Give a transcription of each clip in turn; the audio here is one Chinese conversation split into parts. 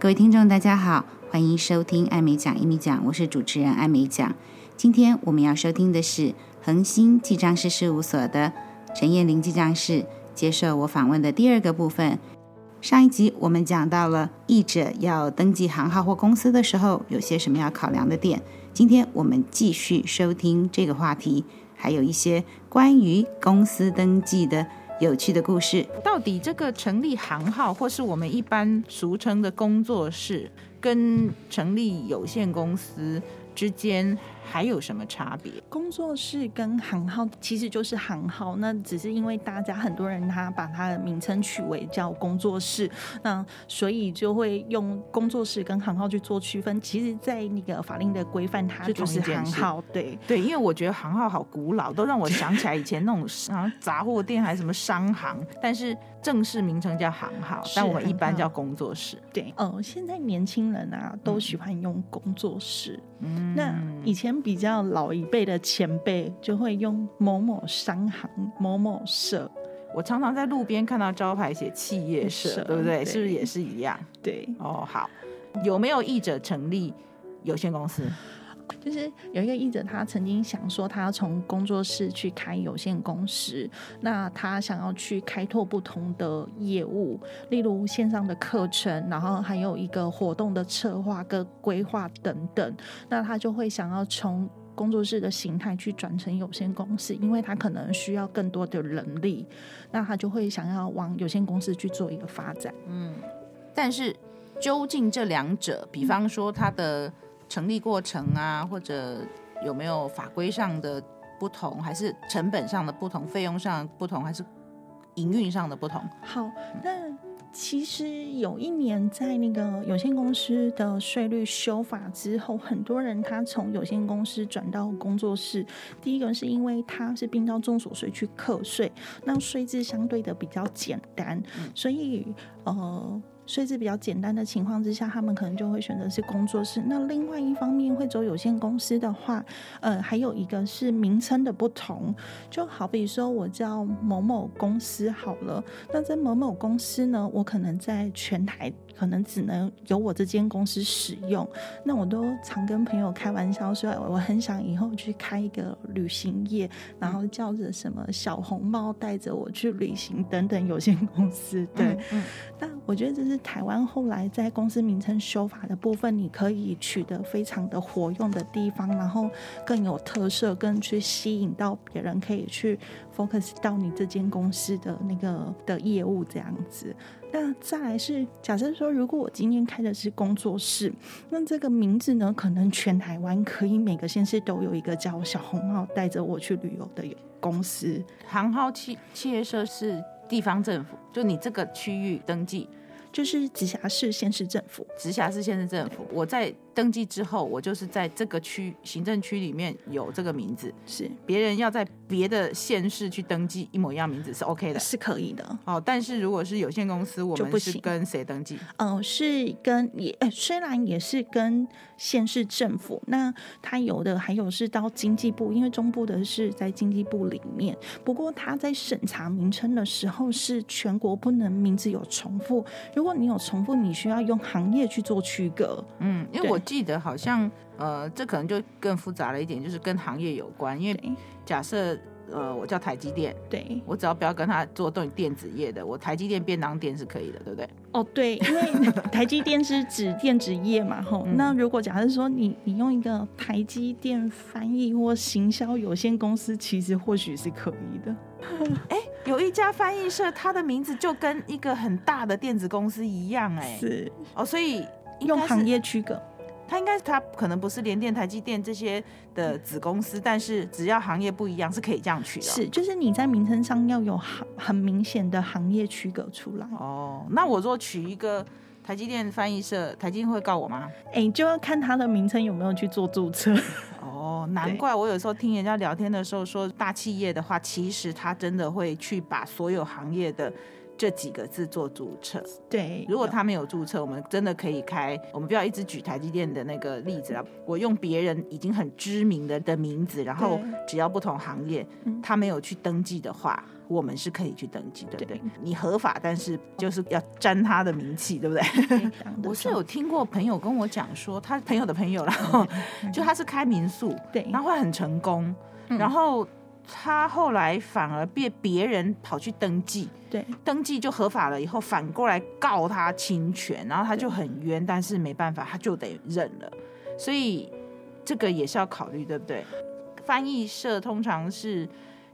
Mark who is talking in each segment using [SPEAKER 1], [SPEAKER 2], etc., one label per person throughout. [SPEAKER 1] 各位听众，大家好，欢迎收听艾美奖一米奖，我是主持人艾美奖。今天我们要收听的是恒星记账师事务所的陈燕玲记账师接受我访问的第二个部分。上一集我们讲到了译者要登记行号或公司的时候有些什么要考量的点，今天我们继续收听这个话题，还有一些关于公司登记的有趣的故事。
[SPEAKER 2] 到底这个成立行号，或是我们一般俗称的工作室，跟成立有限公司之间还有什么差别？
[SPEAKER 3] 工作室跟行号其实就是行号，那只是因为大家很多人他把它的名称取为叫工作室，那所以就会用工作室跟行号去做区分。其实，在那个法令的规范，它
[SPEAKER 2] 是
[SPEAKER 3] 就
[SPEAKER 2] 同一
[SPEAKER 3] 是
[SPEAKER 2] 件
[SPEAKER 3] 行
[SPEAKER 2] 事
[SPEAKER 3] 号，对，
[SPEAKER 2] 对，因为我觉得行号好古老，都让我想起来以前那种 好像杂货店还是什么商行，但是正式名称叫行号，
[SPEAKER 3] 是
[SPEAKER 2] 但我们
[SPEAKER 3] 行
[SPEAKER 2] 一般
[SPEAKER 3] 号
[SPEAKER 2] 叫工作室。
[SPEAKER 3] 对，呃，现在年轻人啊都喜欢用工作室，
[SPEAKER 2] 嗯
[SPEAKER 3] 那以前比较老一辈的前辈就会用某某商行、某某社，
[SPEAKER 2] 我常常在路边看到招牌写企业社，
[SPEAKER 3] 社
[SPEAKER 2] 对不对？
[SPEAKER 3] 对
[SPEAKER 2] 是不是也是一样？
[SPEAKER 3] 对，
[SPEAKER 2] 哦，好，有没有译者成立有限公司？
[SPEAKER 3] 就是有一个译者，他曾经想说，他要从工作室去开有限公司，那他想要去开拓不同的业务，例如线上的课程，然后还有一个活动的策划跟规划等等，那他就会想要从。工作室的形态去转成有限公司，因为他可能需要更多的人力，那他就会想要往有限公司去做一个发展。
[SPEAKER 2] 但是究竟这两者，比方说它的成立过程啊，或者有没有法规上的不同，还是成本上的不同、费用上的不同，还是营运上的不同？
[SPEAKER 3] 好，那其实有一年在那个有限公司的税率修法之后，很多人他从有限公司转到工作室，第一个是因为他是并到重所税去课税，那税制相对的比较简单，所以呃。税制比较简单的情况之下，他们可能就会选择是工作室。那另外一方面会走有限公司的话，呃，还有一个是名称的不同，就好比说我叫某某公司好了，那在某某公司呢，我可能在全台可能只能由我这间公司使用。那我都常跟朋友开玩笑说，我很想以后去开一个旅行业，然
[SPEAKER 2] 嗯
[SPEAKER 3] 后叫着什么小红帽带着我去旅行等等有限公司。对，
[SPEAKER 2] 嗯，
[SPEAKER 3] 但我觉得这是台湾后来在公司名称修法的部分，你可以取得非常的活用的地方，然后更有特色，更去吸引到别人可以去 focus 到你这间公司的那个的业务这样子。那再来是，假设说，如果我今天开的是工作室，那这个名字呢，可能全台湾可以每个县市都有一个叫小红帽带着我去旅游的公司。
[SPEAKER 2] 行号企企业社是地方政府，就你这个区域登记，
[SPEAKER 3] 就是直辖市、县市政府，
[SPEAKER 2] 直辖市、县市政府。我在登记之后，我就是在这个区行政区里面有这个名字，
[SPEAKER 3] 是
[SPEAKER 2] 别人要在别的县市去登记一模一样名字是 OK 的。
[SPEAKER 3] 是可以的。
[SPEAKER 2] 哦，但是如果是有限公司，我
[SPEAKER 3] 就
[SPEAKER 2] 们
[SPEAKER 3] 不
[SPEAKER 2] 是
[SPEAKER 3] 行
[SPEAKER 2] 跟谁登记？
[SPEAKER 3] 呃，是跟也、呃虽然也是跟县市政府，那它有的还有是到经济部，因为中部的是在经济部里面。不过它在审查名称的时候，是全国不能名字有重复。如果你有重复，你需要用行业去做区隔。
[SPEAKER 2] 嗯，因为
[SPEAKER 3] 对
[SPEAKER 2] 我记得好像，呃，这可能就更复杂了一点，就是跟行业有关。因为
[SPEAKER 3] 对
[SPEAKER 2] 假设，呃，我叫台积电，
[SPEAKER 3] 对，
[SPEAKER 2] 我只要不要跟他做动电子业的，我台积电便当店是可以的，对不对？
[SPEAKER 3] 哦，对，因为台积电是指电子业嘛，吼、那如果假设说你你用一个台积电翻译或行销有限公司，其实或许是可以的。
[SPEAKER 2] 有一家翻译社，它的名字就跟一个很大的电子公司一样、哎，
[SPEAKER 3] 是
[SPEAKER 2] 哦，所以应
[SPEAKER 3] 用
[SPEAKER 2] 该是
[SPEAKER 3] 行业区隔。
[SPEAKER 2] 它应该它可能不是联电、台积电这些的子公司，但是只要行业不一样，是可以这样取的。哦
[SPEAKER 3] 是，就是你在名称上要有很很明显的行业区隔出来。
[SPEAKER 2] 哦，那我若取一个台积电翻译社，台积电会告我吗？
[SPEAKER 3] 哎、就要看它的名称有没有去做注 册。
[SPEAKER 2] 哦，难怪我有时候听人家聊天的时候说，大企业的话，其实他真的会去把所有行业的这几个字做注册。
[SPEAKER 3] 对，
[SPEAKER 2] 如果他没有注册，我们真的可以开，我们不要一直举台积电的那个例子啊。我用别人已经很知名的的名字，然后
[SPEAKER 3] 对
[SPEAKER 2] 只要不同行业
[SPEAKER 3] 嗯，
[SPEAKER 2] 他没有去登记的话，我们是可以去登记，对不对？你合法，但是就是要沾他的名气，对不对？
[SPEAKER 3] 有非常的
[SPEAKER 2] 我是
[SPEAKER 3] 重
[SPEAKER 2] 有听过朋友跟我讲说，他朋友的朋友，然
[SPEAKER 3] 嗯
[SPEAKER 2] 后 就他是开民宿，
[SPEAKER 3] 对
[SPEAKER 2] 然后他很成功，
[SPEAKER 3] 嗯
[SPEAKER 2] 然后他后来反而被别人跑去登记，
[SPEAKER 3] 对
[SPEAKER 2] 登记就合法了以后，反过来告他侵权，然后他就很冤，但是没办法，他就得认了。所以这个也是要考虑，对不对？翻译社通常是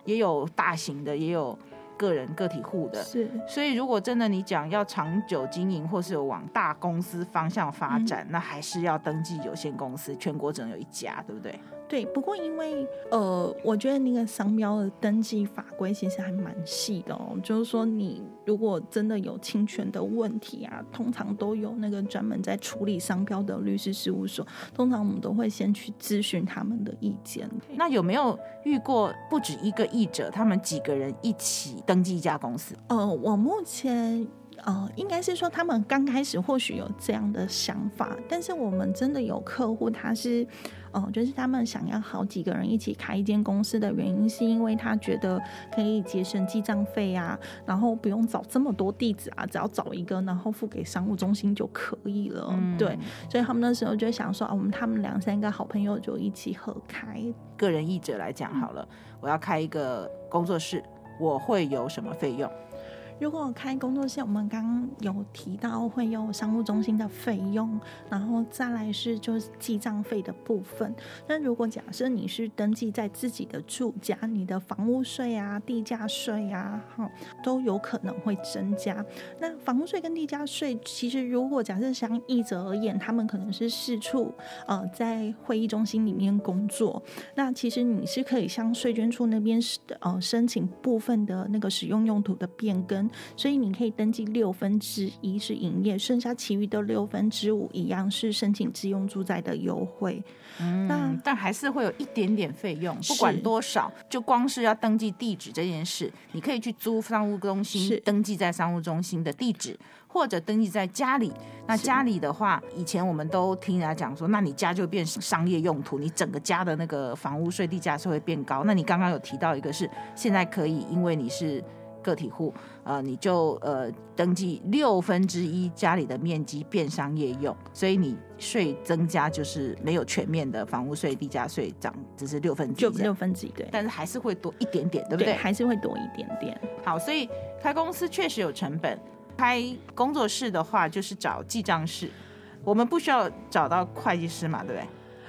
[SPEAKER 2] 也有大型的，也有个人个体户的。
[SPEAKER 3] 是
[SPEAKER 2] 所以，如果真的你讲要长久经营，或是有往大公司方向发展，那还是要登记有限公司，全国只能有一家，对不对？
[SPEAKER 3] 对，不过因为呃，我觉得那个商标的登记法规其实还蛮细的哦，就是说你如果真的有侵权的问题啊，通常都有那个专门在处理商标的律师事务所，通常我们都会先去咨询他们的意见。
[SPEAKER 2] 那有没有遇过不止一个译者，他们几个人一起登记一家公司？
[SPEAKER 3] 呃，我目前呃，应该是说他们刚开始或许有这样的想法，但是我们真的有客户他是，呃，就是他们想要好几个人一起开一间公司的原因，是因为他觉得可以节省记账费啊，然后不用找这么多地址啊，只要找一个，然后付给商务中心就可以了。
[SPEAKER 2] 嗯
[SPEAKER 3] 嗯对，，所以他们那时候就想说，啊，我们他们两三个好朋友就一起合开。
[SPEAKER 2] 个人译者来讲好了，我要开一个工作室，我会有什么费用？
[SPEAKER 3] 如果开工作室，我们刚刚有提到会有商务中心的费用，然后再来是就是记账费的部分。那如果假设你是登记在自己的住家，你的房屋税啊、地价税啊，哈、都有可能会增加。那房屋税跟地价税，其实如果假设像译者而言，他们可能是四处呃在会议中心里面工作，那其实你是可以向税捐处那边是呃申请部分的那个使用用途的变更，所以你可以登记六分之一是营业，剩下其余的六分之五一样是申请自用住宅的优惠。
[SPEAKER 2] 嗯
[SPEAKER 3] 那
[SPEAKER 2] 但还是会有一点点费用，
[SPEAKER 3] 嗯是
[SPEAKER 2] 不管多少，就光是要登记地址这件事，你可以去租商务中
[SPEAKER 3] 是
[SPEAKER 2] 心，登记在商务中心的地址，或者登记在家里。那家里的话，以前我们都听人家讲说，那你家就变商业用途，你整个家的那个房屋税、地价是会变高。那你刚刚有提到一个是，现在可以，因为你是。个体户，呃，你就呃登记六分之一家里的面积变商业用，所以你税增加就是没有全面的房屋税、地价税涨，只是六分之
[SPEAKER 3] 就
[SPEAKER 2] 一这样，
[SPEAKER 3] 六分之一，对，
[SPEAKER 2] 但是还是会多一点点，对不
[SPEAKER 3] 对，还是会多一点点。
[SPEAKER 2] 好，所以开公司确实有成本。开工作室的话，就是找记账室，我们不需要找到会计师嘛，对不对？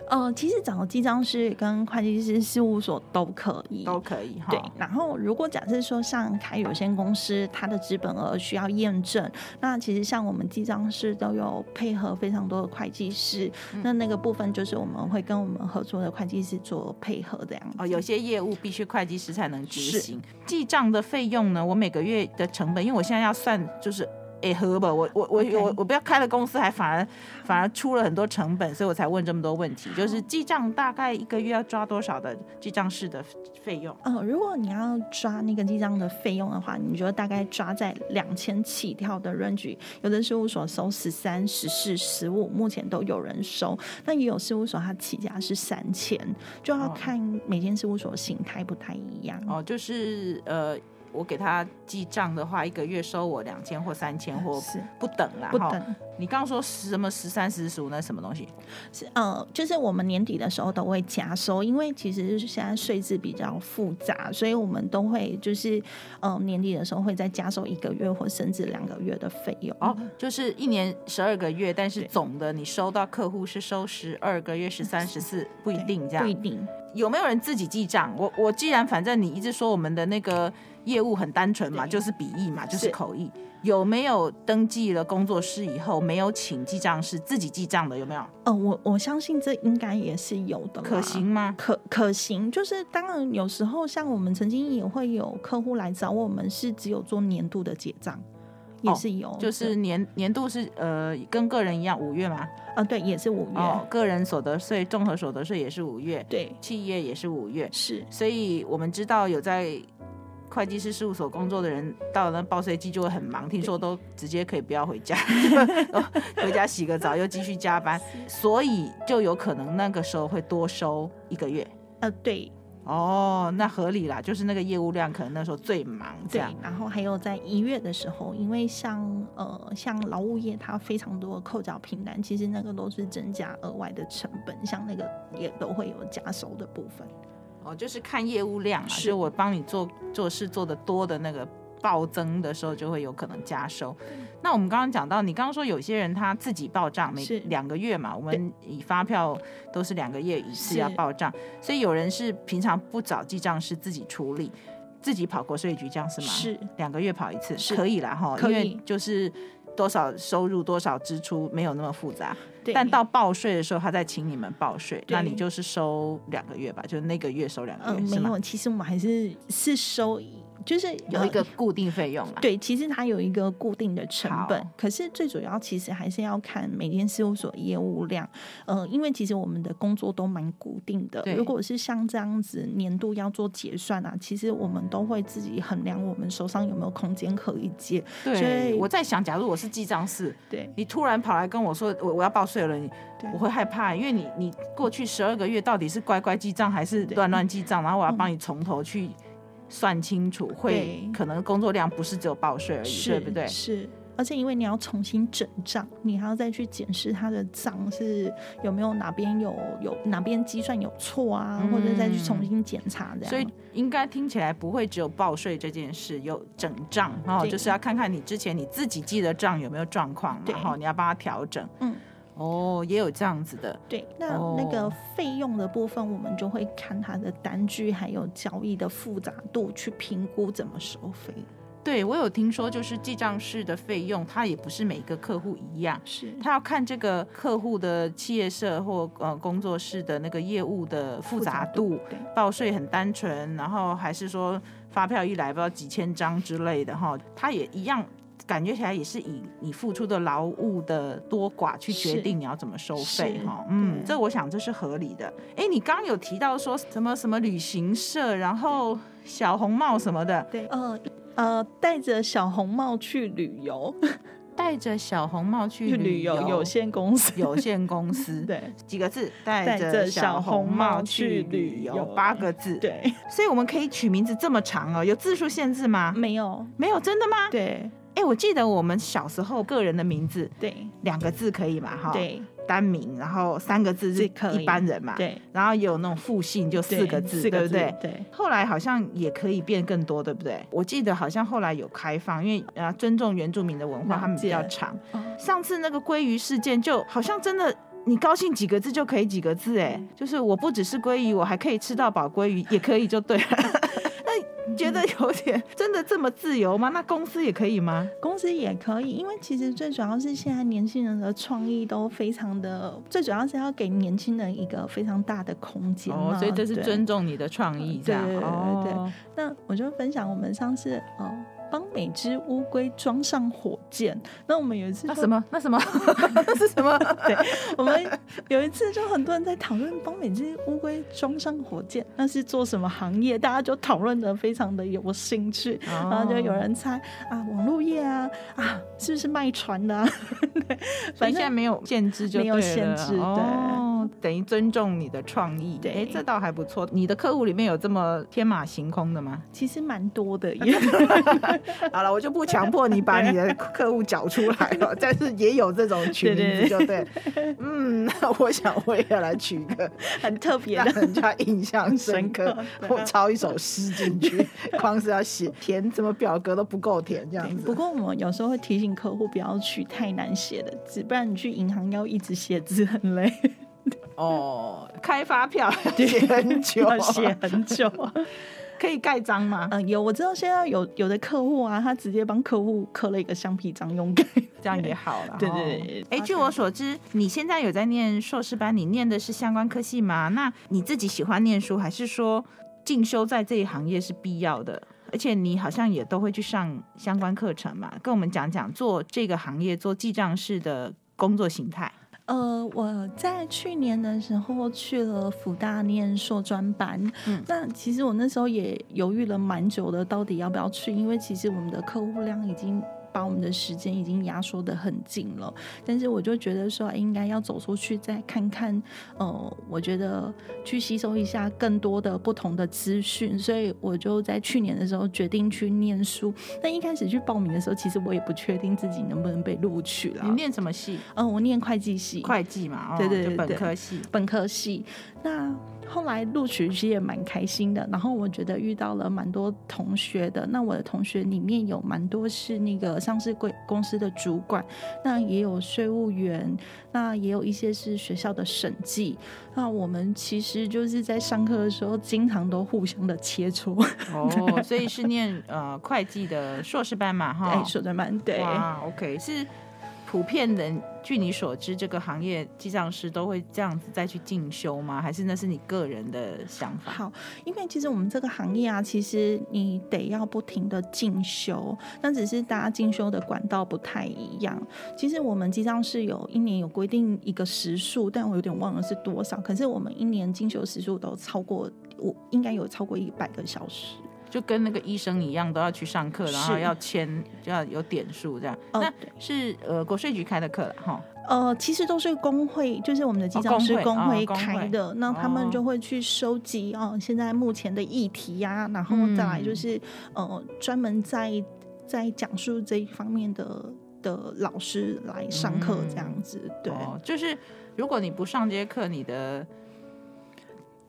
[SPEAKER 3] 呃，其实找记账师跟会计师事务所都可以，
[SPEAKER 2] 都可以哈。
[SPEAKER 3] 对，然后如果假设说像开有限公司，它的资本额需要验证，那其实像我们记账师都有配合非常多的会计师，
[SPEAKER 2] 嗯
[SPEAKER 3] 那那个部分就是我们会跟我们合作的会计师做配合这样子。
[SPEAKER 2] 哦，有些业务必须会计师才能执行。记账的费用呢，我每个月的成本，因为我现在要算就是。哎，合吧，我我我
[SPEAKER 3] OK
[SPEAKER 2] 我我不要开了公司，还反而反而出了很多成本，所以我才问这么多问题。就是记账大概一个月要抓多少的记账室的费用？
[SPEAKER 3] 呃，如果你要抓那个记账的费用的话，你就大概抓在两千起跳的 range，有的事务所收十三、十四、十五，目前都有人收，但也有事务所它起价是三千，就要
[SPEAKER 2] 哦
[SPEAKER 3] 看每间事务所形态不太一样。
[SPEAKER 2] 哦，就是呃，我给他记账的话，一个月收我两千或三千或
[SPEAKER 3] 是
[SPEAKER 2] 不等啦。
[SPEAKER 3] 不
[SPEAKER 2] 哈
[SPEAKER 3] 等。
[SPEAKER 2] 你刚刚说十什么十三十十五那是什么东西？
[SPEAKER 3] 是呃，就是我们年底的时候都会加收，因为其实现在税制比较复杂，所以我们都会就是呃年底的时候会再加收一个月或甚至两个月的费用。
[SPEAKER 2] 哦，就是一年十二个月，但是总的你收到客户是收十二个月、十三、十四，不一
[SPEAKER 3] 对
[SPEAKER 2] 定这
[SPEAKER 3] 不一
[SPEAKER 2] 样。
[SPEAKER 3] 定。
[SPEAKER 2] 有没有人自己记账？我我既然反正你一直说我们的那个业务很单纯嘛，
[SPEAKER 3] 对
[SPEAKER 2] 就是笔译嘛，就是
[SPEAKER 3] 是
[SPEAKER 2] 口译。有没有登记了工作室以后没有请记账师自己记账的？有没有？
[SPEAKER 3] 呃，我我相信这应该也是有啊的，
[SPEAKER 2] 可行。吗？
[SPEAKER 3] 可可行，就是当然有时候像我们曾经也会有客户来找我们，是只有做年度的结账，也
[SPEAKER 2] 哦
[SPEAKER 3] 是有的，
[SPEAKER 2] 就是年年度是呃跟个人一样五月嘛，
[SPEAKER 3] 呃对，也是五月，
[SPEAKER 2] 哦，个人所得税、综合所得税也是五月，
[SPEAKER 3] 对，
[SPEAKER 2] 企业也是五月，
[SPEAKER 3] 是
[SPEAKER 2] 所以我们知道有在会计师事务所工作的人，到了那报税季就会很忙，听说都直接可以不要回家， 回家洗个澡又继续加班，所以就有可能那个时候会多收一个月。
[SPEAKER 3] 呃，对
[SPEAKER 2] 哦，那合理啦，就是那个业务量可能那时候最忙，这
[SPEAKER 3] 对
[SPEAKER 2] 样，
[SPEAKER 3] 然后还有在一月的时候，因为像呃像劳务业它非常多的扣缴凭单，其实那个都是增加额外的成本，像那个也都会有加收的部分。
[SPEAKER 2] 哦，就是看业务量啊，
[SPEAKER 3] 是
[SPEAKER 2] 就我帮你做做事做的多的那个暴增的时候，就会有可能加收。那我们刚刚讲到，你刚刚说有些人他自己报账，每
[SPEAKER 3] 是
[SPEAKER 2] 两个月嘛，我们以发票都是两个月一次
[SPEAKER 3] 是
[SPEAKER 2] 要报账，所以有人是平常不找记账师自己处理，自己跑国税局这样是吗？
[SPEAKER 3] 是
[SPEAKER 2] 两个月跑一次
[SPEAKER 3] 是
[SPEAKER 2] 可以啦哈，因
[SPEAKER 3] 可以
[SPEAKER 2] 为就是多少收入多少支出没有那么复杂。
[SPEAKER 3] 对，
[SPEAKER 2] 但到报税的时候，他再请你们报税，
[SPEAKER 3] 对
[SPEAKER 2] 那你就是收两个月吧，就是那个月收两个
[SPEAKER 3] 呃
[SPEAKER 2] 月、
[SPEAKER 3] 没
[SPEAKER 2] 嗯是吗
[SPEAKER 3] 有，？其实我们还是是收益，就是
[SPEAKER 2] 有一个
[SPEAKER 3] 呃
[SPEAKER 2] 固定费用啦。
[SPEAKER 3] 对，其实它有一个固定的成本
[SPEAKER 2] 好，
[SPEAKER 3] 可是最主要其实还是要看每间事务所业务量。呃，因为其实我们的工作都蛮固定的
[SPEAKER 2] 对，
[SPEAKER 3] 如果是像这样子年度要做结算啊，其实我们都会自己衡量我们手上有没有空间可以借。
[SPEAKER 2] 对，
[SPEAKER 3] 所以
[SPEAKER 2] 我在想，假如我是记账室，
[SPEAKER 3] 对
[SPEAKER 2] 你突然跑来跟我说我我要报税了，你
[SPEAKER 3] 对
[SPEAKER 2] 我会害怕，因为你你过去十二个月到底是乖乖记账还是乱乱记账，然后我要帮你从头去算清楚，会
[SPEAKER 3] 对
[SPEAKER 2] 可能工作量不是只有报税而已，
[SPEAKER 3] 是
[SPEAKER 2] 对不对？
[SPEAKER 3] 是。而且因为你要重新整账，你还要再去检视他的账是有没有哪边有有哪边计算有错啊，或者再去重新检查这样。
[SPEAKER 2] 嗯所以应该听起来不会只有报税这件事，有整账哦，
[SPEAKER 3] 对
[SPEAKER 2] 就是要看看你之前你自己记的账有没有状况嘛，
[SPEAKER 3] 对
[SPEAKER 2] 然后你要帮他调整。
[SPEAKER 3] 嗯，
[SPEAKER 2] 哦，也有这样子的，
[SPEAKER 3] 对，那
[SPEAKER 2] 哦
[SPEAKER 3] 那个费用的部分，我们就会看它的单据还有交易的复杂度去评估怎么收费。
[SPEAKER 2] 对我有听说，就是记账式的费用，它也不是每个客户一样。
[SPEAKER 3] 是
[SPEAKER 2] 他要看这个客户的企业社或呃工作室的那个业务的复杂度，
[SPEAKER 3] 对
[SPEAKER 2] 报税很单纯，然后还是说发票一来不知道几千张之类的哈，他也一样，感觉起来也是以你付出的劳务的多寡去决定你要怎么收费
[SPEAKER 3] 是
[SPEAKER 2] 哈。嗯，
[SPEAKER 3] 对
[SPEAKER 2] 这我想这是合理的。哎，你刚刚有提到说什么什么旅行社，然后小红帽什么的，
[SPEAKER 3] 对，呃呃，戴着小红帽去旅游，
[SPEAKER 2] 带着小红帽去
[SPEAKER 3] 去旅游有限公司，
[SPEAKER 2] 有限公司
[SPEAKER 3] 对
[SPEAKER 2] 几个字，带
[SPEAKER 3] 带
[SPEAKER 2] 着
[SPEAKER 3] 着
[SPEAKER 2] 小
[SPEAKER 3] 小
[SPEAKER 2] 红
[SPEAKER 3] 红
[SPEAKER 2] 帽
[SPEAKER 3] 帽
[SPEAKER 2] 去
[SPEAKER 3] 去
[SPEAKER 2] 旅
[SPEAKER 3] 旅游
[SPEAKER 2] 游，八个字。，
[SPEAKER 3] 对，
[SPEAKER 2] 所以我们可以取名字这么长哦，有字数限制吗？
[SPEAKER 3] 没有，
[SPEAKER 2] 没有，真的吗？
[SPEAKER 3] 对
[SPEAKER 2] 哎，我记得我们小时候个人的名字
[SPEAKER 3] 对
[SPEAKER 2] 两个字可以嘛？哈，，
[SPEAKER 3] 对
[SPEAKER 2] 单名，然后三个字是
[SPEAKER 3] 是可以
[SPEAKER 2] 一般人嘛，，
[SPEAKER 3] 对，
[SPEAKER 2] 然后也有那种复姓就四
[SPEAKER 3] 对
[SPEAKER 2] 个字，
[SPEAKER 3] 四
[SPEAKER 2] 对
[SPEAKER 3] 个
[SPEAKER 2] 不
[SPEAKER 3] 字
[SPEAKER 2] 对？
[SPEAKER 3] 对，
[SPEAKER 2] 后来好像也可以变更多，对不对？我记得好像后来有开放，因为啊尊重原住民的文化，
[SPEAKER 3] 了
[SPEAKER 2] 他们比较
[SPEAKER 3] 解
[SPEAKER 2] 长。
[SPEAKER 3] 哦
[SPEAKER 2] 上次那个鲑鱼事件，就好像真的。你高兴几个字就可以几个字，哎，就是我不只是鲑鱼，我还可以吃到饱鲑鱼，也可以就对 了。那觉得有点真的这么自由吗？那公司也可以吗？
[SPEAKER 3] 公司也可以，因为其实最主要是现在年轻人的创意都非常的，最主要是要给年轻人一个非常大的空间
[SPEAKER 2] 哦
[SPEAKER 3] 嘛、对
[SPEAKER 2] 重你的创意
[SPEAKER 3] 这样对对对对
[SPEAKER 2] 哦
[SPEAKER 3] 那我就分享我们上次呃帮每只乌龟装上火箭，那我们有一次
[SPEAKER 2] 那
[SPEAKER 3] 就
[SPEAKER 2] 什么？那什么？ 那是什么？
[SPEAKER 3] 对，我们有一次就很多人在讨论帮每只乌龟装上火箭，那是做什么行业？大家就讨论的非常的有兴趣，
[SPEAKER 2] 哦
[SPEAKER 3] 然后就有人猜啊网络业啊啊是不是卖船的啊？ 对，
[SPEAKER 2] 所以
[SPEAKER 3] 反
[SPEAKER 2] 现在
[SPEAKER 3] 正
[SPEAKER 2] 没有限制就对了
[SPEAKER 3] 没有限制
[SPEAKER 2] 哦，等于尊重你的创意。
[SPEAKER 3] 对
[SPEAKER 2] 诶这倒还不错。你的客户里面有这么天马行空的吗？
[SPEAKER 3] 其实蛮多的耶。
[SPEAKER 2] 好了，我就不强迫你把你的客户找出来了，但是也有这种取名字就对。 嗯，那我想我也来取一个
[SPEAKER 3] 很特别
[SPEAKER 2] 让
[SPEAKER 3] 的。
[SPEAKER 2] 人家印象 深刻
[SPEAKER 3] 深刻。对啊
[SPEAKER 2] 我抄一首诗进 去，光是要写填什么表格都不够填这样
[SPEAKER 3] 不
[SPEAKER 2] 子。
[SPEAKER 3] 过我们有时候会提醒客户不要取太难写的字，不然你去银行要一直写字 很累，
[SPEAKER 2] 哦，开发票 要写很久
[SPEAKER 3] 要写很久。啊
[SPEAKER 2] 可以盖章吗？
[SPEAKER 3] 嗯，有我知道现在有有的客户啊，他直接帮客户刻了一个橡皮章用盖。
[SPEAKER 2] 这样也好了。
[SPEAKER 3] 对对对
[SPEAKER 2] 哎，据我所知，你现在有在念硕士班，你念的是相关科系吗？那你自己喜欢念书，还是说进修在这一行业是必要的？而且你好像也都会去上相关课程嘛，跟我们讲讲做这个行业做记账式的工作形态。
[SPEAKER 3] 呃，我在去年的时候去了福大念硕专班，
[SPEAKER 2] 嗯
[SPEAKER 3] 那其实我那时候也犹豫了蛮久的，到底要不要去，因为其实我们的客户量已经。把我们的时间已经压缩的很紧了，但是我就觉得说哎应该要走出去再看看，呃，我觉得去吸收一下更多的不同的资讯，所以我就在去年的时候决定去念书。但一开始去报名的时候，其实我也不确定自己能不能被录取啦。
[SPEAKER 2] 你念什么系？
[SPEAKER 3] 嗯，我念会计系，
[SPEAKER 2] 会计嘛，哦、
[SPEAKER 3] 对对对
[SPEAKER 2] 就本
[SPEAKER 3] 对
[SPEAKER 2] 科 系。
[SPEAKER 3] 本科系。那后来录取其实也蛮开心的，然后我觉得遇到了蛮多同学的。那我的同学里面有蛮多是那个上市贵公司的主管，那也有税务员，那也有一些是学校的审计。那我们其实就是在上课的时候，经常都互相的切磋。
[SPEAKER 2] 哦，所以是念呃会计的硕士班嘛，哈。
[SPEAKER 3] 哎，说的蛮对。
[SPEAKER 2] 哇，OK，是普遍人，据你所知，这个行业记账师都会这样子再去进修吗？还是那是你个人的想法？
[SPEAKER 3] 好，因为其实我们这个行业啊，其实你得要不停的进修，那只是大家进修的管道不太一样。其实我们记账是有一年有规定一个时数，但我有点忘了是多少。可是我们一年进修时数都超过，我应该有超过一百个小时。
[SPEAKER 2] 就跟那个医生一样，都要去上课，然后
[SPEAKER 3] 是
[SPEAKER 2] 要签，就要有点数这样。
[SPEAKER 3] 哦
[SPEAKER 2] 那
[SPEAKER 3] 对
[SPEAKER 2] 是呃国税局开的课了哈。
[SPEAKER 3] 呃，其实都是工会，就是我们的记账师
[SPEAKER 2] 哦工
[SPEAKER 3] 工
[SPEAKER 2] 会
[SPEAKER 3] 会
[SPEAKER 2] 哦工会
[SPEAKER 3] 开的，那他
[SPEAKER 2] 哦
[SPEAKER 3] 们就会去收集哦、呃现在目前的议题呀、然后再来
[SPEAKER 2] 嗯
[SPEAKER 3] 就是、呃专门在在讲述这一方面的的老师来上课
[SPEAKER 2] 嗯
[SPEAKER 3] 这样子，对，
[SPEAKER 2] 哦，就是如果你不上这些课，你的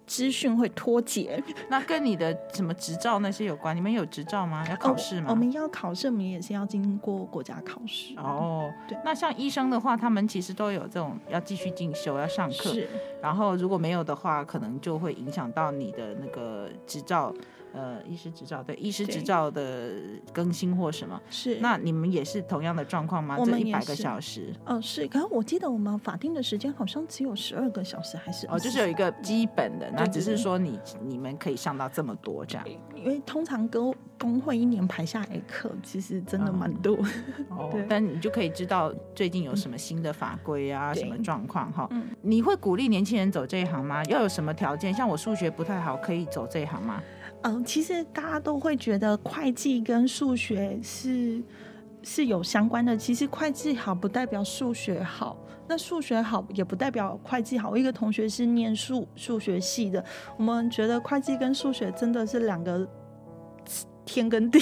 [SPEAKER 3] 资讯会脱节。
[SPEAKER 2] 那跟你的什么执照那些有关？你们有执照吗？要考试吗？
[SPEAKER 3] 哦我们要考试，我们也是要经过国家考试。
[SPEAKER 2] 哦
[SPEAKER 3] 对，
[SPEAKER 2] 那像医生的话，他们其实都有这种要继续进修、要上课，
[SPEAKER 3] 是，
[SPEAKER 2] 然后如果没有的话，可能就会影响到你的那个执照，呃，医师执照，对，医师
[SPEAKER 3] 对
[SPEAKER 2] 执照的更新或什么。
[SPEAKER 3] 是
[SPEAKER 2] 那你们也是同样的状况吗？
[SPEAKER 3] 我
[SPEAKER 2] 这
[SPEAKER 3] 们
[SPEAKER 2] 一
[SPEAKER 3] 也
[SPEAKER 2] 百个
[SPEAKER 3] 是
[SPEAKER 2] 小时，
[SPEAKER 3] 哦、是，可是我记得我们法定的时间好像只有十二个小时，还是
[SPEAKER 2] 哦，就是有一个基本的，那
[SPEAKER 3] 对对
[SPEAKER 2] 只是
[SPEAKER 3] 对
[SPEAKER 2] 说你你们可以上到这么多这样。
[SPEAKER 3] 因为通常工工会一年排下来的课，其实真的蛮多。
[SPEAKER 2] 哦
[SPEAKER 3] 对，嗯
[SPEAKER 2] 但你就可以知道最近有什么新的法规啊，
[SPEAKER 3] 对
[SPEAKER 2] 什么状况哈
[SPEAKER 3] 嗯。
[SPEAKER 2] 你会鼓励年轻人走这一行吗？要有什么条件？像我数学不太好，可以走这一行吗？
[SPEAKER 3] 嗯，其实大家都会觉得会计跟数学是是有相关的。其实会计好不代表数学好，那数学好也不代表会计好。我一个同学是念数数学系的，我们觉得会计跟数学真的是两个天跟地。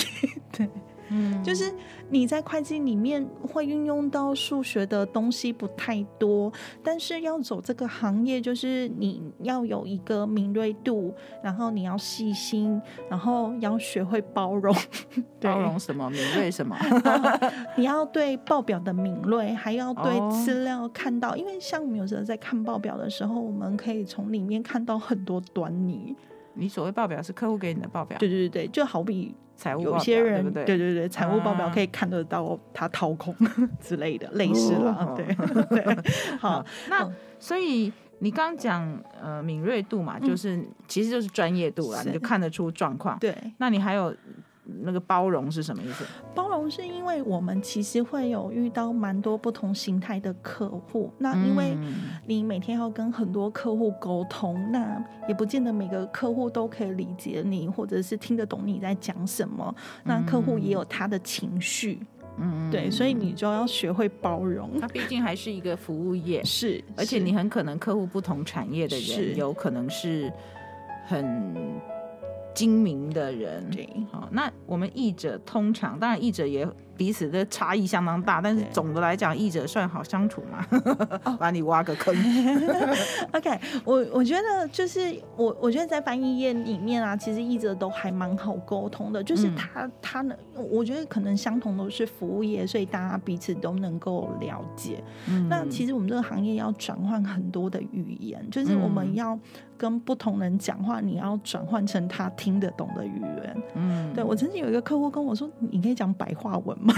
[SPEAKER 3] 对，
[SPEAKER 2] 嗯，
[SPEAKER 3] 就是你在会计里面会运用到数学的东西不太多，但是要走这个行业，就是你要有一个敏锐度，然后你要细心，然后要学会包容， 对
[SPEAKER 2] 包容什么，敏锐什么。
[SPEAKER 3] 你要对报表的敏锐，还要
[SPEAKER 2] 哦
[SPEAKER 3] 对资料看到，因为像我们有时候在看报表的时候，我们可以从里面看到很多端倪。
[SPEAKER 2] 你所谓报表是客户给你的报表，
[SPEAKER 3] 对对对，就好比
[SPEAKER 2] 财务报
[SPEAKER 3] 有
[SPEAKER 2] 表
[SPEAKER 3] 些
[SPEAKER 2] 对
[SPEAKER 3] 人
[SPEAKER 2] 不对？
[SPEAKER 3] 对对财务报表
[SPEAKER 2] 啊
[SPEAKER 3] 可以看得到他掏空 之类的，类似啦
[SPEAKER 2] 哦，
[SPEAKER 3] 对 对， 好，
[SPEAKER 2] 那
[SPEAKER 3] 嗯
[SPEAKER 2] 所以你刚刚讲呃敏锐度嘛，就是、其实就是专业度啦，
[SPEAKER 3] 是
[SPEAKER 2] 你就看得出状况。
[SPEAKER 3] 对，
[SPEAKER 2] 那你还有那个包容是什么意思？
[SPEAKER 3] 包容是因为我们其实会有遇到蛮多不同形态的客户，那因为。
[SPEAKER 2] 嗯
[SPEAKER 3] 你每天要跟很多客户沟通，那也不见得每个客户都可以理解你，或者是听得懂你在讲什么。那客户也有他的情绪，
[SPEAKER 2] 嗯
[SPEAKER 3] 对，所以你就要学会包容。
[SPEAKER 2] 它毕竟还是一个服务业，
[SPEAKER 3] 是，
[SPEAKER 2] 而且
[SPEAKER 3] 是
[SPEAKER 2] 你很可能客户不同产业的
[SPEAKER 3] 是
[SPEAKER 2] 人，有可能是很精明的人。
[SPEAKER 3] 对
[SPEAKER 2] 好，那我们译者通常，当然译者也彼此的差异相当大，但是
[SPEAKER 3] 对哦
[SPEAKER 2] 总的来讲，译者算好相处嘛， 把你挖个坑。
[SPEAKER 3] OK，我我觉得就是我，我觉得在翻译业里面啊，其实译者都还蛮好沟通的，就是
[SPEAKER 2] 嗯
[SPEAKER 3] 他、他呢，我觉得可能相同都是服务业，所以大家彼此都能够了解。那
[SPEAKER 2] 嗯
[SPEAKER 3] 其实我们这个行业要转换很多的语言，就是我
[SPEAKER 2] 嗯
[SPEAKER 3] 们要跟不同人讲话，你要转换成他听得懂的语言。
[SPEAKER 2] 嗯，
[SPEAKER 3] 对我曾经有一个客户跟我说：“你可以讲白话文吗？”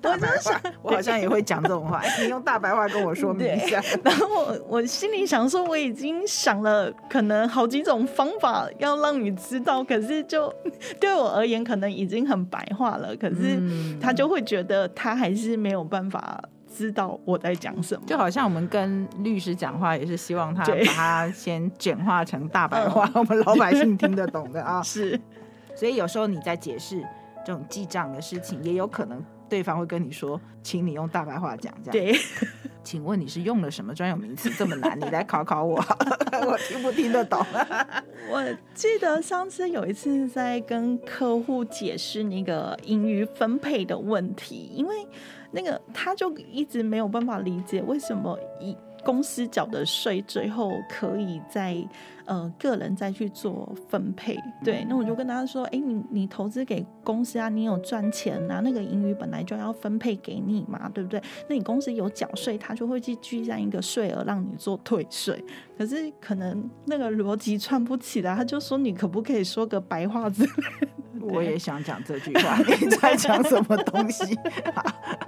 [SPEAKER 2] 大白话，我好像也会讲这种话，你用大白话跟我说明一下。
[SPEAKER 3] 然后我我心里想说，我已经想了可能好几种方法要让你知道，可是就对我而言，可能已经很白话了。可是
[SPEAKER 2] 嗯
[SPEAKER 3] 他就会觉得他还是没有办法知道我在讲什么。
[SPEAKER 2] 就好像我们跟律师讲话，也是希望他
[SPEAKER 3] 对
[SPEAKER 2] 把它先简化成大白话，我们老百姓听得懂的啊。
[SPEAKER 3] 是，
[SPEAKER 2] 嗯 所以有时候你在解释这种记账的事情，也有可能对方会跟你说，请你用大白话讲这样。，
[SPEAKER 3] 对，
[SPEAKER 2] 请问你是用了什么专有名词这么难？你来考考我， 我听不听得懂？
[SPEAKER 3] 我记得上次有一次在跟客户解释那个盈余分配的问题，因为那个他就一直没有办法理解为什么以公司缴的税最后可以在呃个人再去做分配。对，那我就跟他说：“哎、你你投资给公司啊，你有赚钱啊，那个盈余本来就要分配给你嘛，对不对？那你公司有缴税，他就会去计算一个税额让你做退税。可是可能那个逻辑串不起来，他就说你可不可以说个白话字？
[SPEAKER 2] 我也想讲这句话， 你在讲什么东西？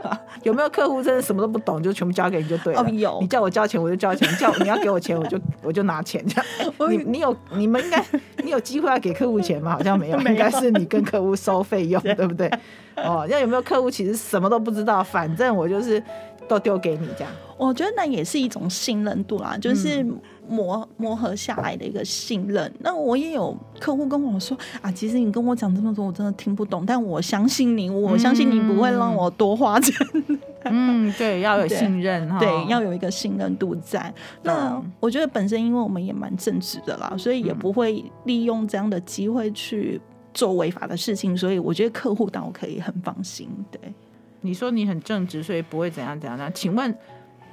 [SPEAKER 2] 啊 有没有客户真的什么都不懂，就全部交给你就对了？
[SPEAKER 3] 哦有
[SPEAKER 2] 你叫我交钱我就交钱，叫你要给我钱 我就我就拿钱这样。
[SPEAKER 3] 我
[SPEAKER 2] 你你有你们应该你有机会要给客户钱吗？好 像没有，
[SPEAKER 3] 没有
[SPEAKER 2] 应该是你跟客户收费用， 对不对？哦，那有没有客户其实什么都不知道，反正我就是都丢给你这样。
[SPEAKER 3] 我觉得那也是一种信任度啦，就是磨磨合下来的一个信任。那我也有客户跟我说啊，其实你跟我讲这么多，我真的听不懂，但我相信你，我相信你不会让我多花钱。
[SPEAKER 2] 嗯，对，要有
[SPEAKER 3] 对
[SPEAKER 2] 信任哈。
[SPEAKER 3] 对，要有一个信任度在。那
[SPEAKER 2] 懂
[SPEAKER 3] 我觉得本身因为我们也蛮正直的啦，所以也不会利用这样的机会去做违法的事情，所以我觉得客户倒可以很放心。对。
[SPEAKER 2] 你说你很正直，所以不会怎样怎样怎样。请问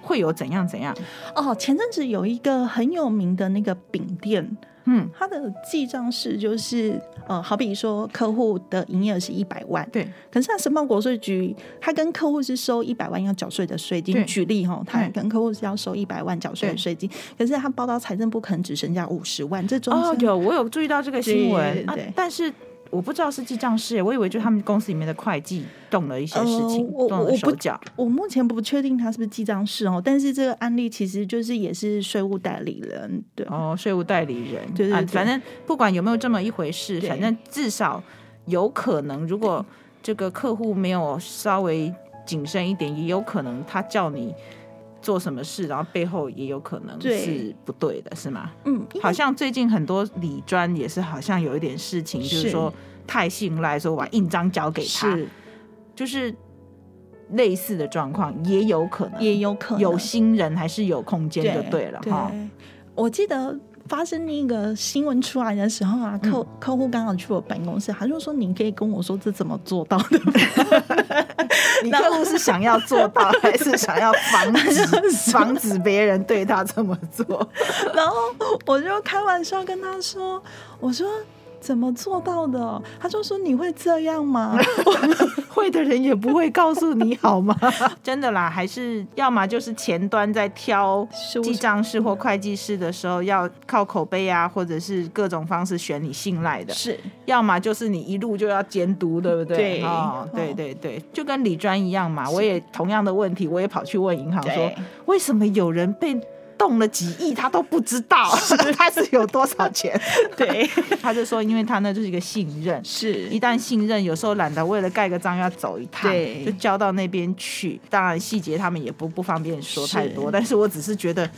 [SPEAKER 2] 会有怎样怎样？
[SPEAKER 3] 哦，前阵子有一个很有名的那个饼店，
[SPEAKER 2] 嗯，
[SPEAKER 3] 它的记账式就是呃，好比说客户的营业额是一百万，
[SPEAKER 2] 对，
[SPEAKER 3] 可是他申报国税局，他跟客户是收一百万要缴税的税
[SPEAKER 2] 对
[SPEAKER 3] 金。举例哈，他
[SPEAKER 2] 对
[SPEAKER 3] 跟客户是要收一百万缴税的
[SPEAKER 2] 对
[SPEAKER 3] 税金，可是他报到财政部可能只剩下五十万，这中
[SPEAKER 2] 哦，
[SPEAKER 3] 间、
[SPEAKER 2] 有我有注意到这个新闻
[SPEAKER 3] 对，
[SPEAKER 2] 啊
[SPEAKER 3] 对
[SPEAKER 2] 但是我不知道是记账师，我以为就他们公司里面的会计动了一些事情，
[SPEAKER 3] 呃我
[SPEAKER 2] 动
[SPEAKER 3] 我
[SPEAKER 2] 了
[SPEAKER 3] 不
[SPEAKER 2] 手脚。
[SPEAKER 3] 我目前不确定他是不是记账式哦，但是这个案例其实就是也是税务代理人对。
[SPEAKER 2] 哦，税务代理人，
[SPEAKER 3] 对对
[SPEAKER 2] 啊
[SPEAKER 3] 对，
[SPEAKER 2] 反正不管有没有这么一回事，
[SPEAKER 3] 对
[SPEAKER 2] 反正至少有可能，如果这个客户没有稍微谨慎一点，也有可能他叫你做什么事，然后背后也有可能
[SPEAKER 3] 对
[SPEAKER 2] 是不对的，是吗？
[SPEAKER 3] 嗯，因为
[SPEAKER 2] 好像最近很多理专也是好像有一点事情，就是
[SPEAKER 3] 是
[SPEAKER 2] 说太信赖，所以我把印章交给他，
[SPEAKER 3] 是
[SPEAKER 2] 就是类似的状况也有可能，
[SPEAKER 3] 也有可能
[SPEAKER 2] 有新人还是有空间就对了哈。
[SPEAKER 3] 我记得发生那个新闻出来的时候
[SPEAKER 2] 嗯
[SPEAKER 3] 啊，客、客户刚好去我办公室，他就说：“你可以跟我说这怎么做到的 吗
[SPEAKER 2] 你客户是想要做到， 还是想要防止 防止别人对他这么做？？”
[SPEAKER 3] 然后我就开玩笑跟他说：“我说。”怎么做到的？他就说你会这 样吗？
[SPEAKER 2] 会的人也不会告诉你好吗？ 真的啦，还是要么就是前端在挑
[SPEAKER 3] 是我
[SPEAKER 2] 记账师或会计师的时候，要靠口碑啊，或者是各种方式选你信赖的；
[SPEAKER 3] 是
[SPEAKER 2] 要么 就是你一路就要监督，对不对？
[SPEAKER 3] 对
[SPEAKER 2] 哦
[SPEAKER 3] 哦，
[SPEAKER 2] 对对对，就跟理专一样嘛。我也同样的问题，我也跑去问银行说
[SPEAKER 3] 对，
[SPEAKER 2] 为什么有人被。动了几亿，他都不知道 他是有多少钱。
[SPEAKER 3] 对
[SPEAKER 2] 他就说，因为他那就是一个信任，一
[SPEAKER 3] 是
[SPEAKER 2] 旦信任，有时候懒得为了盖个章要走一趟，
[SPEAKER 3] 对
[SPEAKER 2] 就交到那边去。当然细节他们也不不方便说太多，
[SPEAKER 3] 是
[SPEAKER 2] 但是我只是觉得，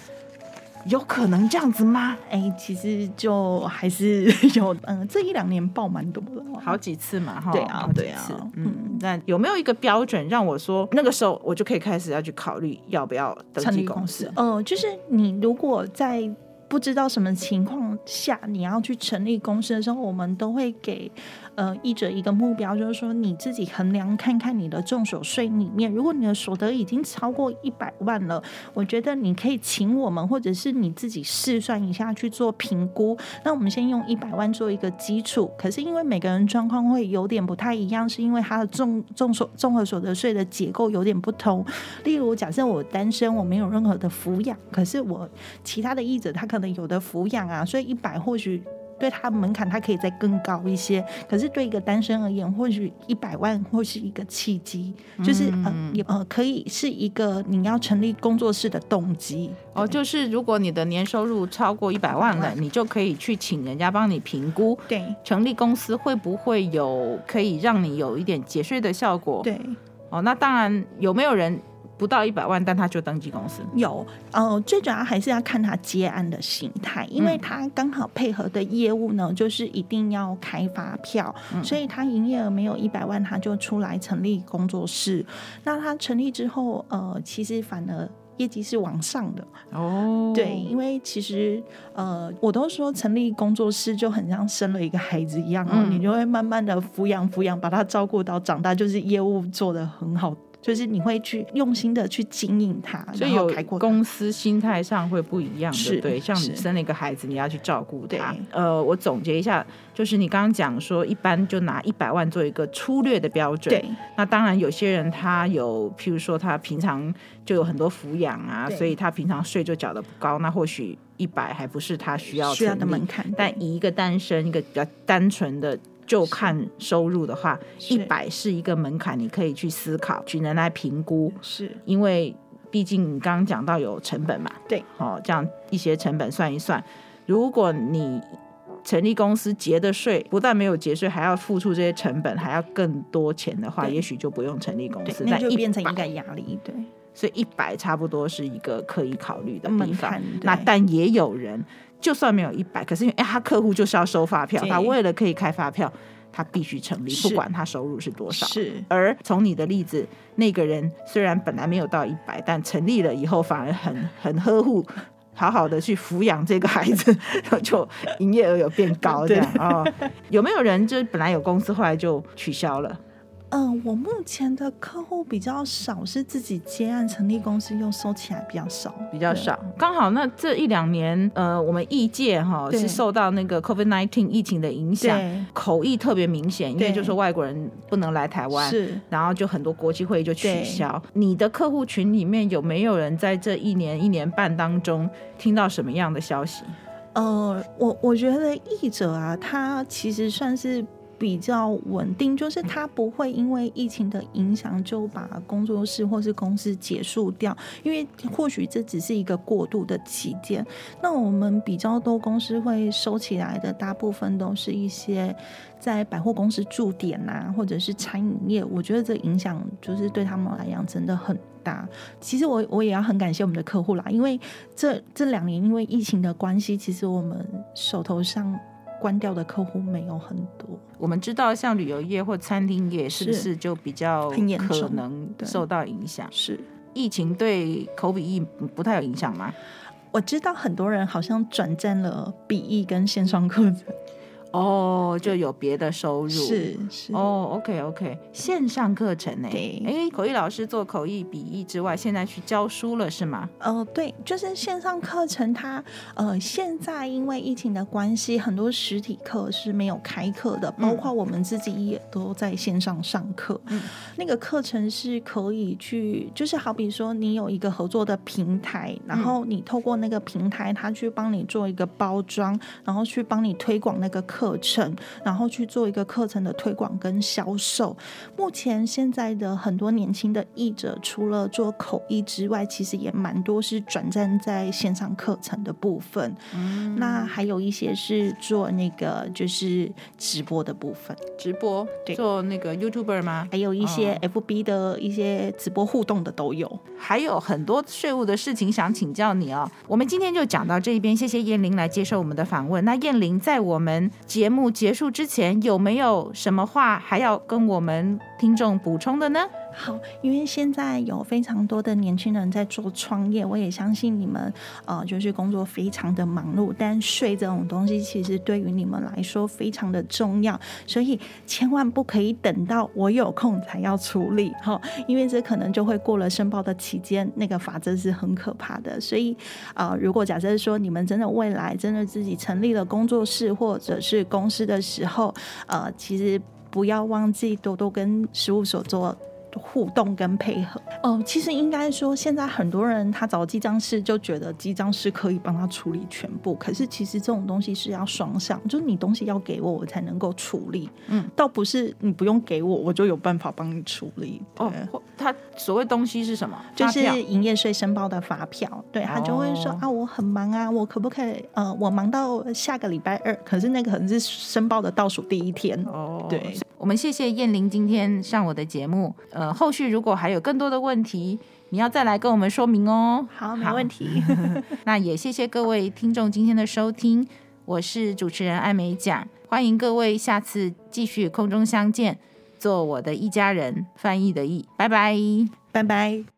[SPEAKER 2] 有可能这样子吗？
[SPEAKER 3] 哎、其实就还是有嗯、这一两年爆蛮多的哦。
[SPEAKER 2] 好几次嘛，哈，
[SPEAKER 3] 对啊
[SPEAKER 2] 好几
[SPEAKER 3] 对啊
[SPEAKER 2] 次嗯
[SPEAKER 3] 嗯，
[SPEAKER 2] 那有没有一个标准让我说那个时候我就可以开始要去考虑要不要登记公司？
[SPEAKER 3] 呃，就是你如果在不知道什么情况下你要去成立公司的时候，我们都会给呃译者一个目标，就是说你自己衡量看看你的重手税里面，如果你的所得已经超过一百万了，我觉得你可以请我们，或者是你自己试算一下去做评估。那我们先用一百万做一个基础，可是因为每个人状况会有点不太一样，是因为他的重重所综合所得税的结构有点不同。例如，假设我单身，我没有任何的抚养，可是我其他的译者他可能有的抚养啊，所以一百或许。对他门槛，他可以再更高一些。可是对一个单身而言，或许一百万或是一个契机，就是呃也呃可以是一个你要成立工作室的动机。
[SPEAKER 2] 哦，就是如果你的年收入超过一百万 了，你就可以去请人家帮你评估。
[SPEAKER 3] 对
[SPEAKER 2] 成立公司会不会有可以让你有一点节税的效果？
[SPEAKER 3] 对，
[SPEAKER 2] 哦，那当然有没有人不到一百万，但他就登记公司。
[SPEAKER 3] 有，呃，最主要还是要看他接案的形态，因为
[SPEAKER 2] 嗯
[SPEAKER 3] 他刚好配合的业务呢，就是一定要开发票，
[SPEAKER 2] 嗯
[SPEAKER 3] 所以他营业额没有一百万，他就出来成立工作室。那他成立之后，呃，其实反而。业绩是往上的，
[SPEAKER 2] 哦
[SPEAKER 3] 对，，因为其实呃，我都说成立工作室就很像生了一个孩子一样哦，
[SPEAKER 2] 嗯
[SPEAKER 3] 你就会慢慢的抚养抚养，把他照顾到长大，就是业务做得很好，就是你会去用心的去经营它，
[SPEAKER 2] 所以
[SPEAKER 3] 然后
[SPEAKER 2] 有
[SPEAKER 3] 开阔它
[SPEAKER 2] 公司心态上会不一样
[SPEAKER 3] 是
[SPEAKER 2] 的，对，像你
[SPEAKER 3] 是
[SPEAKER 2] 生了一个孩子，你要去照顾他
[SPEAKER 3] 对。
[SPEAKER 2] 呃，我总结一下，就是你刚刚讲说，一般就拿一百万做一个粗略的标准。
[SPEAKER 3] 对，
[SPEAKER 2] 那当然，有些人他有，譬如说他平常就有很多抚养啊，
[SPEAKER 3] 对
[SPEAKER 2] 所以他平常税就缴的不高，那或许一百还不是他需要
[SPEAKER 3] 需要
[SPEAKER 2] 成
[SPEAKER 3] 的
[SPEAKER 2] 立
[SPEAKER 3] 门槛，
[SPEAKER 2] 但
[SPEAKER 3] 对
[SPEAKER 2] 以一个单身一个比较单纯的就看收入的话，
[SPEAKER 3] 是
[SPEAKER 2] 一百是一个门槛，你可以去思考，只能来评估，
[SPEAKER 3] 是
[SPEAKER 2] 因为毕竟你刚刚讲到有成本嘛，
[SPEAKER 3] 对，
[SPEAKER 2] 哦，这样一些成本算一算，如果你成立公司结的税，不但没有节税，还要付出这些成本，还要更多钱的话，
[SPEAKER 3] 对
[SPEAKER 2] 也许就不用成立公
[SPEAKER 3] 对
[SPEAKER 2] 司，，
[SPEAKER 3] 那
[SPEAKER 2] 但
[SPEAKER 3] 就
[SPEAKER 2] 100
[SPEAKER 3] 变成一个压力，对，
[SPEAKER 2] 所以一百差不多是一个可以考虑的
[SPEAKER 3] 门
[SPEAKER 2] 地方
[SPEAKER 3] 槛。
[SPEAKER 2] 那
[SPEAKER 3] 对
[SPEAKER 2] 但也有人，就算没有一百，可是因为哎，他客户就是要收发票，
[SPEAKER 3] 对
[SPEAKER 2] 他为了可以开发票，他必须成立，
[SPEAKER 3] 是
[SPEAKER 2] 不管他收入是多少。
[SPEAKER 3] 是
[SPEAKER 2] 而从你的例子，那个人虽然本来没有到一百，但成立了以后反而很很呵护， 好好的去抚养这个孩子， 然后就营业额有变高这样哦。有没有人就是本来有公司，后来就取消了？
[SPEAKER 3] 嗯、我目前的客户比较少，是自己接案成立公司又收起来比较少，
[SPEAKER 2] 比较少。刚好那这一两年，呃，我们译界哈
[SPEAKER 3] 对
[SPEAKER 2] 是受到那个 COVID nineteen 疫情的影响，
[SPEAKER 3] 对，
[SPEAKER 2] 口译特别明显，因为
[SPEAKER 3] 对
[SPEAKER 2] 就是外国人不能来台湾。
[SPEAKER 3] 是
[SPEAKER 2] 然后就很多国际会议就取消。你的客户群里面有没有人在这一年一年半当中听到什么样的消息？
[SPEAKER 3] 呃，我我觉得译者啊，他其实算是。比较稳定，就是他不会因为疫情的影响就把工作室或是公司结束掉，因为或许这只是一个过渡的期间。那我们比较多公司会收起来的，大部分都是一些在百货公司驻点啊，或者是餐饮业。我觉得这影响就是对他们来讲真的很大。其实我我也要很感谢我们的客户啦，因为这这两年因为疫情的关系，其实我们手头上关掉的客户没有很多。
[SPEAKER 2] 我们知道，像旅游业或餐厅业，是不
[SPEAKER 3] 是
[SPEAKER 2] 是就比较
[SPEAKER 3] 很严重
[SPEAKER 2] 可能
[SPEAKER 3] 对
[SPEAKER 2] 受到影响？
[SPEAKER 3] 是
[SPEAKER 2] 疫情对口笔译不太有影响吗？
[SPEAKER 3] 我知道很多人好像转战了笔译跟线上课程，
[SPEAKER 2] 哦，就有别的收入。
[SPEAKER 3] 是是
[SPEAKER 2] 哦，OK OK，线上课程呢？
[SPEAKER 3] 对
[SPEAKER 2] 哎，口译老师做口译、笔译之外，现在去教书了是吗？
[SPEAKER 3] 呃，对，就是线上课程它，呃，现在因为疫情的关系，很多实体课是没有开课的，包
[SPEAKER 2] 嗯
[SPEAKER 3] 括我们自己也都在线上上课。
[SPEAKER 2] 嗯
[SPEAKER 3] 那个课程是可以去，就是好比说你有一个合作的平台，
[SPEAKER 2] 嗯
[SPEAKER 3] 然后你透过那个平台，它去帮你做一个包装，然后去帮你推广那个课程，然后去做一个课程的推广跟销售。目前现在的很多年轻的译者，除了做口译之外，其实也蛮多是转战在线上课程的部分。嗯，那还有一些是做那个就是直播的部分，
[SPEAKER 2] 直播
[SPEAKER 3] 对
[SPEAKER 2] 做那个 YouTuber 吗？
[SPEAKER 3] 还有一些 FB 的一些直播互动的都有。
[SPEAKER 2] 还有很多税务的事情想请教你哦。我们今天就讲到这边，谢谢燕玲来接受我们的访问。那燕玲在我们节目结束之前，有没有什么话还要跟我们听众补充的呢？
[SPEAKER 3] 好，因为现在有非常多的年轻人在做创业，我也相信你们，呃，就是工作非常的忙碌，但税这种东西其实对于你们来说非常的重要，所以千万不可以等到我有空才要处理哈、因为这可能就会过了申报的期间，那个法则是很可怕的。所以，呃，如果假设说你们真的未来真的自己成立了工作室或者是公司的时候，呃，其实不要忘记多多跟事务所做。互动跟配合哦，其实应该说，现在很多人他找记账师就觉得记账师可以帮他处理全部，可是其实这种东西是要双向，就是你东西要给我，我才能够处理，
[SPEAKER 2] 嗯，
[SPEAKER 3] 倒不是你不用给我，我就有办法帮你处理。对
[SPEAKER 2] 哦，或他所谓东西是什么？
[SPEAKER 3] 就
[SPEAKER 2] 发
[SPEAKER 3] 是
[SPEAKER 2] 票
[SPEAKER 3] 营业税申报的发票，对他就会说、
[SPEAKER 2] 哦
[SPEAKER 3] 啊，我很忙啊，我可不可以呃，我忙到下个礼拜二？可是那个可能是申报的倒数第一天，
[SPEAKER 2] 哦，
[SPEAKER 3] 对
[SPEAKER 2] 我们谢谢燕玲今天上我的节目，呃，呃，后续如果还有更多的问题，你要再来跟我们说明哦。
[SPEAKER 3] 好，没 问题。
[SPEAKER 2] 那也谢谢各位听众今天的收听，我是主持人艾美奖，欢迎各位下次继续空中相见，做我的一家人，翻译的译，拜拜。
[SPEAKER 3] 拜拜。